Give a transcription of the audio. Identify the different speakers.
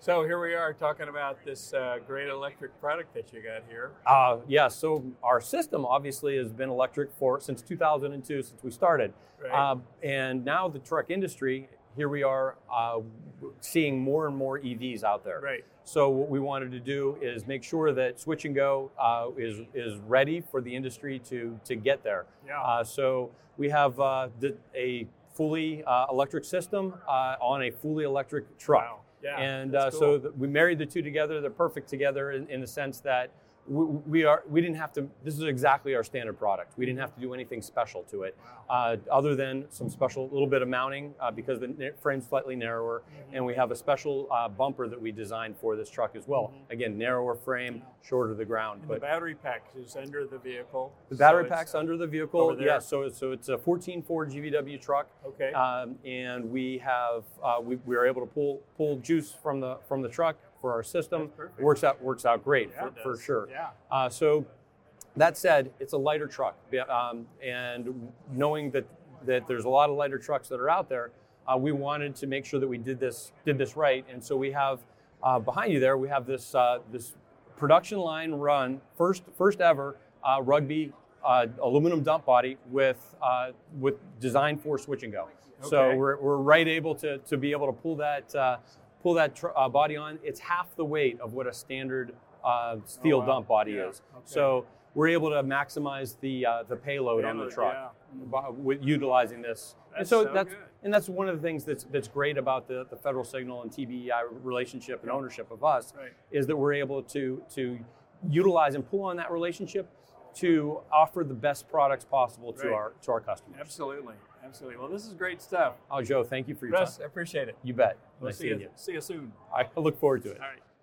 Speaker 1: So here we are talking about this uh, great electric product that you got here.
Speaker 2: Uh, yeah, so our system obviously has been electric for since 2002, since we started.
Speaker 1: Right?
Speaker 2: Um, and now the truck industry, here we are uh, seeing more and more EVs out there.
Speaker 1: right.
Speaker 2: So what we wanted to do is make sure that Switch and Go uh, is is ready for the industry to to get there.
Speaker 1: Yeah.
Speaker 2: Uh, so we have uh, the, a fully uh, electric system uh, on a fully electric truck.
Speaker 1: Wow. Yeah.
Speaker 2: And uh,
Speaker 1: that's
Speaker 2: so
Speaker 1: cool.
Speaker 2: th- we married the two together. They're perfect together in, in the sense that we, we are we didn't have to. This is exactly our standard product. We didn't have to do anything special to it, uh, other than some special little bit of mounting uh, because the na- frame's slightly narrower,
Speaker 1: Mm-hmm.
Speaker 2: and we have a special uh, bumper that we designed for this truck as well. Again, narrower frame, shorter to the ground,
Speaker 1: Mm-hmm. And the
Speaker 2: but.
Speaker 1: battery pack is under the vehicle.
Speaker 2: The battery
Speaker 1: so it's- uh,
Speaker 2: pack's under the
Speaker 1: over
Speaker 2: vehicle.
Speaker 1: there.
Speaker 2: Yeah, so so it's a 14 Ford GVW truck.
Speaker 1: Okay.
Speaker 2: Um, and we have uh, we, we were able to pull pull juice from the from the truck for our system.
Speaker 1: That's perfect.
Speaker 2: Works out works out great
Speaker 1: Yeah, it
Speaker 2: for, for
Speaker 1: does.
Speaker 2: sure.
Speaker 1: Yeah.
Speaker 2: Uh, so that said, it's a lighter truck, Yeah, um, and knowing that that there's a lot of lighter trucks that are out there, uh, we wanted to make sure that we did this did this right, and so we have uh, behind you there we have this uh, this production line run first first ever uh, rugby. Uh, aluminum dump body with uh, with design for switch and go. So
Speaker 1: Okay.
Speaker 2: we're, we're right able to, to be able to pull that uh, pull that tr- uh, body on. It's half the weight of what a standard uh, steel
Speaker 1: Oh, wow.
Speaker 2: dump body
Speaker 1: Yeah,
Speaker 2: is.
Speaker 1: okay.
Speaker 2: So we're able to maximize the uh, the payload, on the
Speaker 1: Payload,
Speaker 2: truck by, with utilizing this. and
Speaker 1: That's
Speaker 2: so,
Speaker 1: so
Speaker 2: that's
Speaker 1: good.
Speaker 2: and that's one of the things that's that's great about the, the Federal Signal and TBEI relationship and ownership of us
Speaker 1: Right.
Speaker 2: is that we're able to to utilize and pull on that relationship to offer the best products possible to
Speaker 1: Right.
Speaker 2: our to our customers.
Speaker 1: Absolutely. Absolutely. Well, this is great stuff.
Speaker 2: Oh, Joe, thank you for your
Speaker 1: Russ,
Speaker 2: time.
Speaker 1: I appreciate it.
Speaker 2: You bet.
Speaker 1: We'll
Speaker 2: nice
Speaker 1: see
Speaker 2: seeing
Speaker 1: you.
Speaker 2: you.
Speaker 1: See you soon.
Speaker 2: I look forward to it.
Speaker 1: All right.